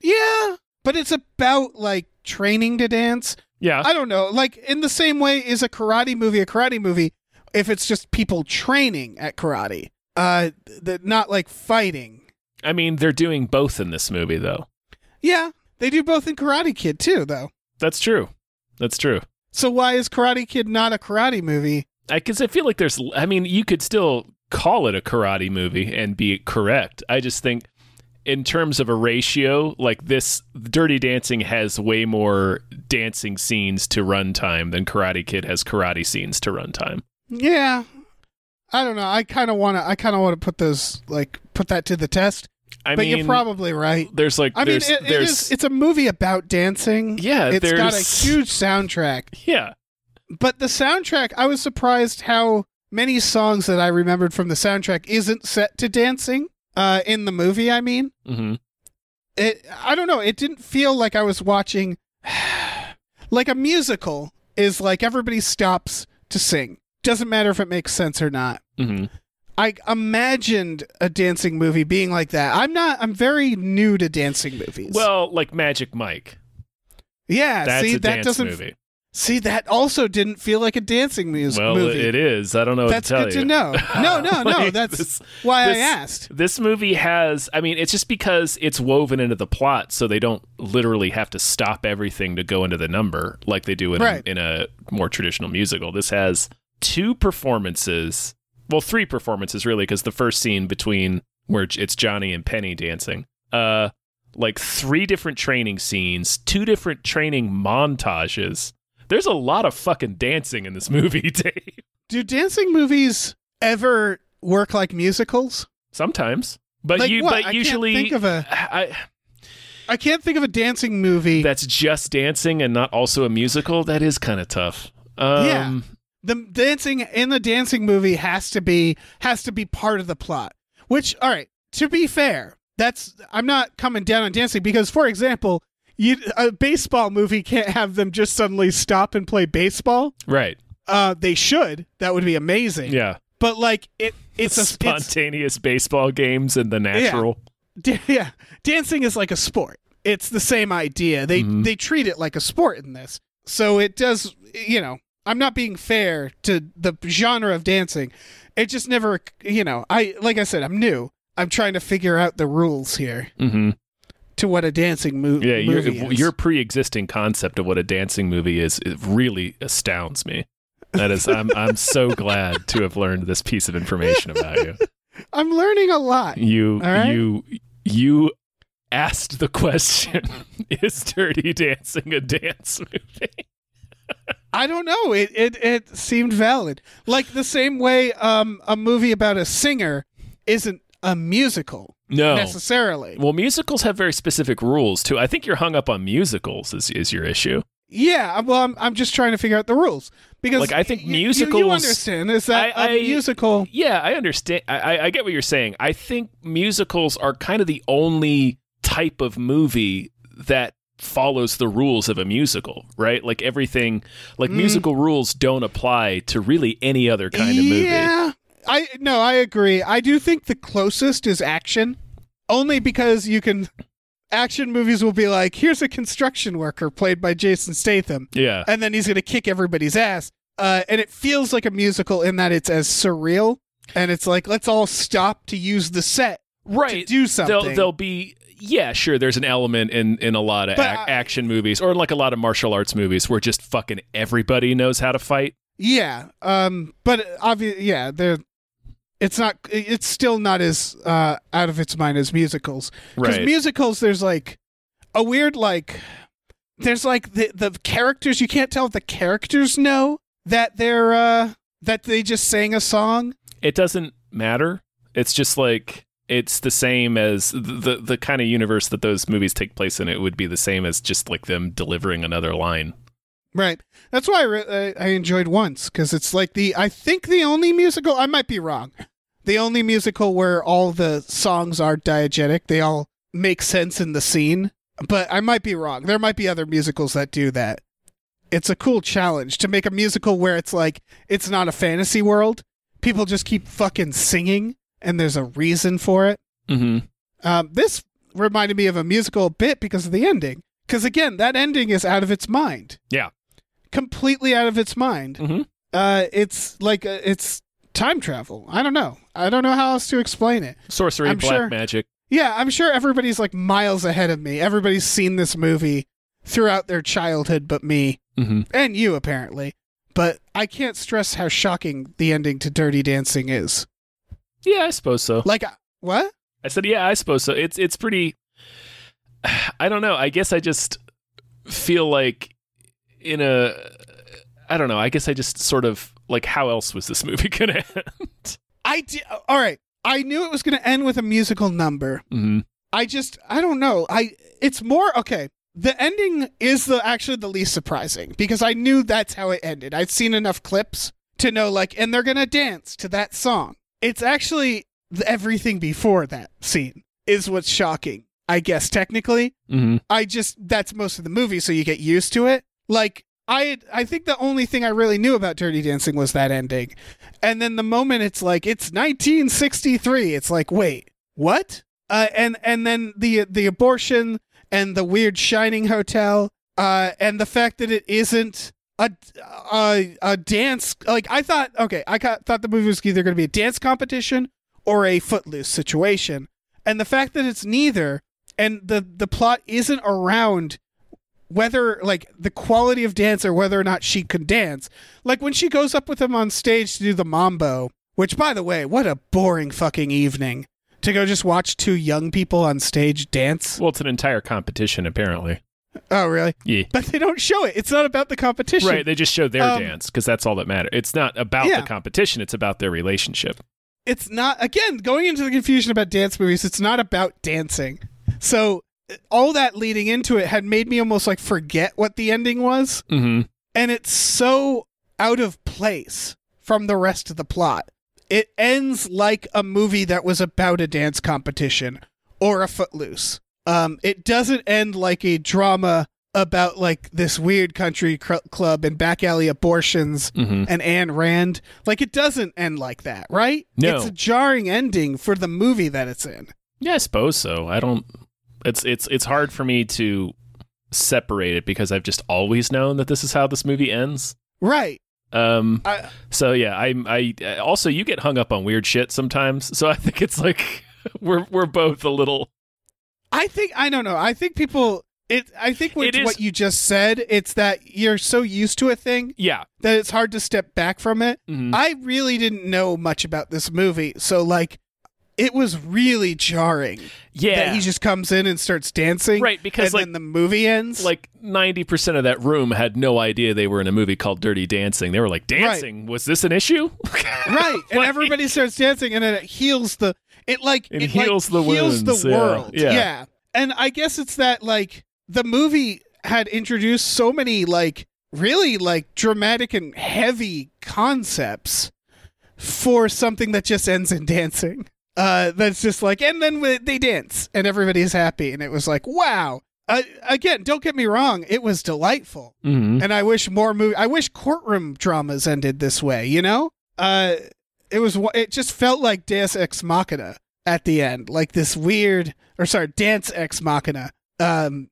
A: yeah, but it's about like training to dance.
B: yeah,
A: I don't know. Like in the same way is a karate movie a karate movie if it's just people training at karate, uh, th- th- not like fighting.
B: I mean they're doing both in this movie, though.
A: Yeah, they do both in Karate Kid too, though.
B: That's true. That's true.
A: So why is Karate Kid not a karate movie?
B: Because I, feel like there's. I mean, you could still call it a karate movie and be correct. I just think, in terms of a ratio, like this, Dirty Dancing has way more dancing scenes to runtime than Karate Kid has karate scenes to runtime.
A: Yeah, I don't know. I kind of want to. I kind of want to put those like put that to the test.
B: I
A: but
B: mean,
A: you're probably right.
B: there's like
A: I mean,
B: there's
A: it, it
B: there's
A: is, it's a movie about dancing.
B: Yeah,
A: it's got a
B: there's-
A: huge soundtrack.
B: yeah
A: but the soundtrack i was surprised how many songs that i remembered from the soundtrack isn't set to dancing uh, in the movie i mean
B: hmm
A: it i don't know it didn't feel like i was watching like a musical is like everybody stops to sing doesn't matter if it makes sense or not
B: hmm
A: i imagined a dancing movie being like that i'm not i'm very new to dancing movies
B: Well, like Magic Mike.
A: yeah
B: That's
A: see
B: a
A: that
B: dance
A: doesn't
B: movie.
A: see that also didn't feel like a dancing music
B: Well,
A: movie
B: it is. I don't know what
A: That's
B: to tell
A: good
B: you.
A: to know. No, no, no.
B: Like,
A: that's
B: this-
A: why
B: this-
A: I asked.
B: This movie has, I mean, it's just because it's woven into the plot, so they don't literally have to stop everything to go into the number like they do in,
A: Right.
B: in a more traditional musical. This has two performances, well, three performances really, because the first scene between where it's Johnny and Penny dancing, uh, like three different training scenes, two different training montages. There's a lot of fucking dancing in this movie, Dave.
A: Do dancing movies ever work like musicals?
B: Sometimes, but
A: like
B: you,
A: what?
B: but usually,
A: I can't think of a
B: I,
A: I can't think of a dancing movie.
B: that's just dancing and not also a musical, that is kind of tough. Um,
A: Yeah. the dancing in the dancing movie has to be has to be part of the plot. Which all right, to be fair, that's I'm not coming down on dancing because for example, you a baseball movie can't have them just suddenly stop and play baseball.
B: Right.
A: Uh they should. That would be amazing.
B: Yeah.
A: But like it it's a it's,
B: Spontaneous baseball games and the natural.
A: Da- yeah, dancing is like a sport. It's the same idea. They
B: Mhm.
A: they treat it like a sport in this, so it does. You know, I'm not being fair to the genre of dancing. It just never, you know, I like I said, I'm new. I'm trying to figure out the rules here
B: Mm-hmm.
A: to what a dancing mo-
B: Yeah, your,
A: movie is.
B: your pre-existing concept of what a dancing movie is it really astounds me. That is, I'm I'm so glad to have learned this piece of information about you.
A: I'm learning a lot.
B: You
A: All right.
B: you you asked the question: Is Dirty Dancing a dance movie?
A: I don't know. It it it seemed valid. Like the same way um a movie about a singer isn't a musical
B: No.
A: necessarily.
B: Well, musicals have very specific rules too. I think you're hung up on musicals is is your issue.
A: Yeah, uh, well I'm I'm just trying to figure out the rules because
B: Like, I think
A: you- you- you,
B: musicals-
A: understand is that a
B: I- I-
A: musical
B: Yeah, I understand. I, I, I get what you're saying. I think musicals are kind of the only type of movie that follows the rules of a musical, right? Like everything, like
A: Mm.
B: musical rules don't apply to really any other kind of movie.
A: Yeah. I no, I agree. I do think the closest is action, only because you can. Action movies will be like, here's a construction worker played by Jason Statham,
B: Yeah.
A: and then he's gonna kick everybody's ass. Uh, and it feels like a musical in that it's as surreal, and it's like let's all stop to use the set to
B: Right.
A: do something.
B: They'll, they'll be. Yeah, sure. There's an element in in a lot of
A: But
B: ac-
A: I-
B: action movies, or like a lot of martial arts movies, where just fucking everybody knows how to fight.
A: yeah, um, but obviously, yeah, they're. It's not. It's still not as uh, out of its mind as musicals. Because
B: Right.
A: musicals, there's like a weird like there's like the the characters you can't tell if the characters know that they're uh that they just sang a song.
B: it doesn't matter. It's just like it's the same as the the, the kind of universe that those movies take place in. It would be the same as just like them delivering another line.
A: Right. That's why I, re- I- I enjoyed once because it's like the I think the only musical I might be wrong, the only musical where all the songs are diegetic. They all make sense in the scene, but I might be wrong. There might be other musicals that do that. It's a cool challenge to make a musical where it's like it's not a fantasy world. People just keep fucking singing, and there's a reason for it.
B: Mm-hmm.
A: Um, this reminded me of a musical bit because of the ending. Because again, that ending is out of its mind.
B: Yeah.
A: completely out of its mind.
B: Mhm.
A: Uh, it's like uh, it's time travel. I don't know. I don't know how else to explain it.
B: Sorcery,
A: I'm
B: black
A: sure-
B: magic.
A: Yeah, I'm sure everybody's like miles ahead of me. Everybody's seen this movie throughout their childhood, but me
B: Mm-hmm.
A: and you apparently. But I can't stress how shocking the ending to Dirty Dancing is.
B: Yeah, I suppose so.
A: Like, I- what?
B: I said, yeah, I suppose so. It's it's pretty. I don't know. I guess I just feel like in a. I don't know. I guess I just sort of like how else was this movie gonna end?
A: I did. All right. I knew it was going to end with a musical number.
B: Mm-hmm.
A: I just I don't know. I it's more okay. The ending is the actually the least surprising because I knew that's how it ended. I'd seen enough clips to know like and they're going to dance to that song. It's actually the, everything before that scene is what's shocking. I guess technically,
B: Mm-hmm.
A: I just that's most of the movie so you get used to it. Like I I think the only thing I really knew about Dirty Dancing was that ending. And then the moment it's like it's 1963, it's like wait, what? Uh, and and then the the abortion and the weird shining hotel uh, and the fact that it isn't a, a a dance like I thought okay, I ca- thought the movie was either going to be a dance competition or a footloose situation. And the fact that it's neither and the the plot isn't around whether like the quality of dance or whether or not she can dance. Like when she goes up with him on stage to do the mambo, which by the way, what a boring fucking evening to go just watch two young people on stage dance.
B: Well, it's an entire competition apparently.
A: Oh, really?
B: Yeah.
A: But they don't show it. It's not about the competition.
B: Right, they just show their
A: Um,
B: dance because that's all that matters. It's not about
A: Yeah.
B: the competition; it's about their relationship.
A: It's not again going into the confusion about dance movies. It's not about dancing. So all that leading into it had made me almost like forget what the ending was.
B: Mm-hmm.
A: and it's so out of place from the rest of the plot. It ends like a movie that was about a dance competition or a footloose. Um, it doesn't end like a drama about like this weird country cr- club and back alley abortions
B: Mm-hmm.
A: and Anne Rand. Like it doesn't end like that, right?
B: No.
A: It's a jarring ending for the movie that it's in.
B: Yeah, I suppose so. I don't. It's it's it's hard for me to separate it because I've just always known that this is how this movie ends.
A: Right.
B: Um,
A: I-
B: so yeah, I, I also you get hung up on weird shit sometimes. So I think it's like we're we're both a little.
A: I think I don't know. I think people. It. I think with
B: It is-
A: what you just said, it's that you're so used to a thing
B: Yeah,
A: that it's hard to step back from it.
B: Mhm.
A: I really didn't know much about this movie, so like, it was really jarring
B: yeah.
A: that he just comes in and starts dancing,
B: Right, because,
A: and
B: like-
A: then the movie ends.
B: like 90% of that room had no idea they were in a movie called Dirty Dancing. They were like, dancing? Was this an issue?
A: right, and everybody starts dancing, and then it heals the it like
B: It
A: it, like,
B: heals the
A: heals
B: wounds,
A: the
B: yeah,
A: world,
B: yeah.
A: And I guess it's that like the movie had introduced so many like really like dramatic and heavy concepts for something that just ends in dancing. Uh, that's just like, and then we- they dance, and everybody's happy, and it was like, wow. Uh, again, don't get me wrong, it was delightful
B: Mhm.
A: and I wish more movie. I wish courtroom dramas ended this way. You know, uh, it was wa- it just felt like Deus Ex Machina at the end, like this weird or sorry, Dance Ex Machina, um,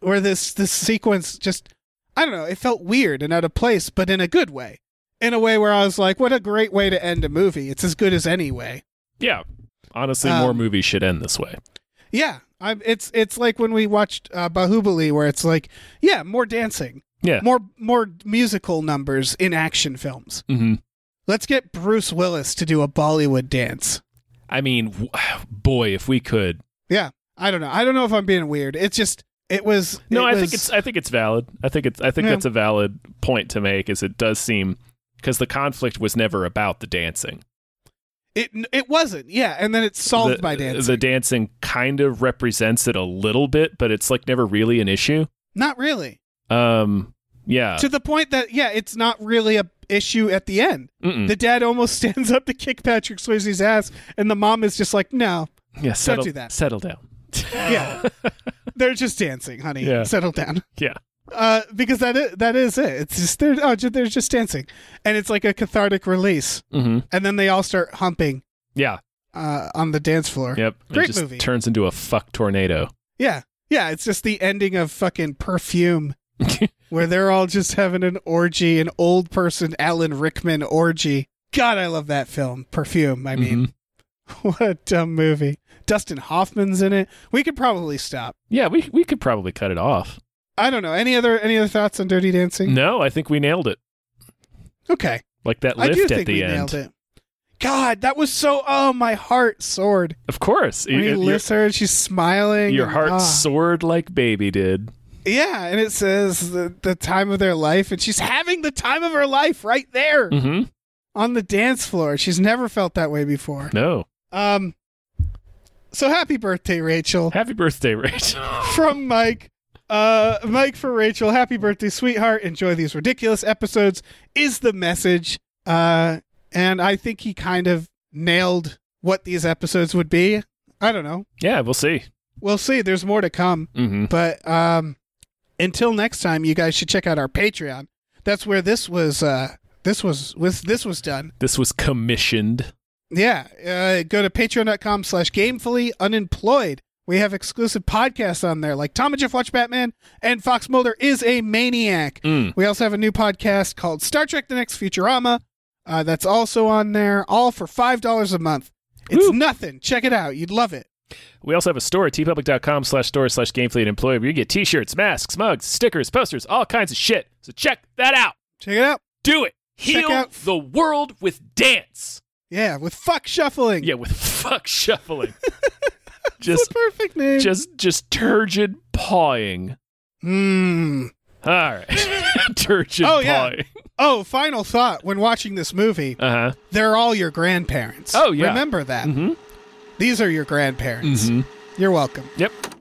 A: where this this sequence just I don't know, it felt weird and out of place, but in a good way, in a way where I was like, what a great way to end a movie. It's as good as any way.
B: Yeah. Honestly,
A: Um,
B: more movies should end this way.
A: Yeah, I'm, it's it's like when we watched uh, Bahubali, where it's like, yeah, more dancing,
B: Yeah.
A: more more musical numbers in action films.
B: hmm
A: Let's get Bruce Willis to do a Bollywood dance.
B: I mean, w- boy, if we could.
A: Yeah, I don't know. I don't know if I'm being weird. It's just it was.
B: No, I
A: it was-
B: think it's I think it's valid. I think it's I think
A: Yeah.
B: that's a valid point to make is it does seem because the conflict was never about the dancing.
A: it. It wasn't. Yeah, and then it's solved
B: the, uh,
A: by dance.
B: The dancing kind of represents it a little bit, but it's like never really an issue.
A: not really.
B: Um yeah.
A: to the point that yeah, it's not really a issue at the end.
B: Mm-mm.
A: The dad almost stands up to kick Patrick Swayze's ass, and the mom is just like, "No,
B: yeah, settle,
A: do that.
B: settle down.
A: yeah, they're just dancing, honey.
B: Yeah.
A: Settle down."
B: Yeah.
A: Uh, because that is, that is it. It's just they're oh, ju- they're just dancing, and it's like a cathartic release.
B: Mm-hmm.
A: And then they all start humping
B: Yeah.
A: uh, on the dance floor.
B: Yep.
A: Great
B: it just
A: movie.
B: Turns into a fuck tornado.
A: Yeah. Yeah. It's just the ending of fucking perfume where they're all just having an orgy, an old person Alan Rickman orgy. God, I love that film. Perfume, I mean.
B: Mhm.
A: What a dumb movie. Dustin Hoffman's in it. We could probably stop.
B: Yeah, we we could probably cut it off.
A: I don't know. Any other any other thoughts on Dirty Dancing?
B: No, I think we nailed it.
A: Okay.
B: Like that
A: I
B: lift
A: do
B: at
A: think
B: the
A: we
B: end.
A: nailed it. God, that was so oh my heart soared.
B: Of course.
A: When
B: You-
A: he
B: your-
A: lifts her and she's smiling.
B: your
A: and-
B: heart
A: ah.
B: soared like baby did.
A: Yeah, and it says the, the time of their life, and she's having the time of her life right there.
B: Mm-hmm.
A: on the dance floor. She's never felt that way before.
B: No.
A: Um, so happy birthday, Rachel,
B: Happy birthday, Rachel.
A: from Mike. Uh, Mike for Rachel. Happy birthday, sweetheart. Enjoy these ridiculous episodes. Is the message. Uh, and I think he kind of nailed what these episodes would be. I don't know.
B: yeah, we'll see.
A: We'll see. There's more to come.
B: Mm-hmm.
A: But um, until next time, you guys should check out our Patreon. That's where this was. Uh, this was was this was done.
B: This was commissioned.
A: Yeah. Uh, go to patreon.com slash gamefully unemployed. We have exclusive podcasts on there like Tom and Jeff Watch Batman and Fox Mulder is a maniac.
B: Mm.
A: We also have a new podcast called Star Trek The Next Futurama. Uh, that's also on there, all for $5 a month. It's
B: Woo.
A: nothing. Check it out. You'd love it.
B: We also have a store at tpublic.com slash store slash gamefleet employee where you get t-shirts, masks, mugs, stickers, posters, all kinds of shit. So check that out.
A: Check it out.
B: Do it.
A: Check
B: Heal
A: out-
B: the world with dance.
A: Yeah, with fuck shuffling.
B: Yeah, with fuck shuffling. just
A: Perfect name.
B: just just turgid pawing.
A: Mm.
B: All right. turgid
A: Oh, yeah.
B: pawing.
A: Oh, final thought when watching this movie.
B: Uh-huh.
A: They're all your grandparents.
B: Oh, yeah.
A: Remember that.
B: Mhm. Mm-hmm.
A: These are your grandparents. You're welcome.
B: Yep.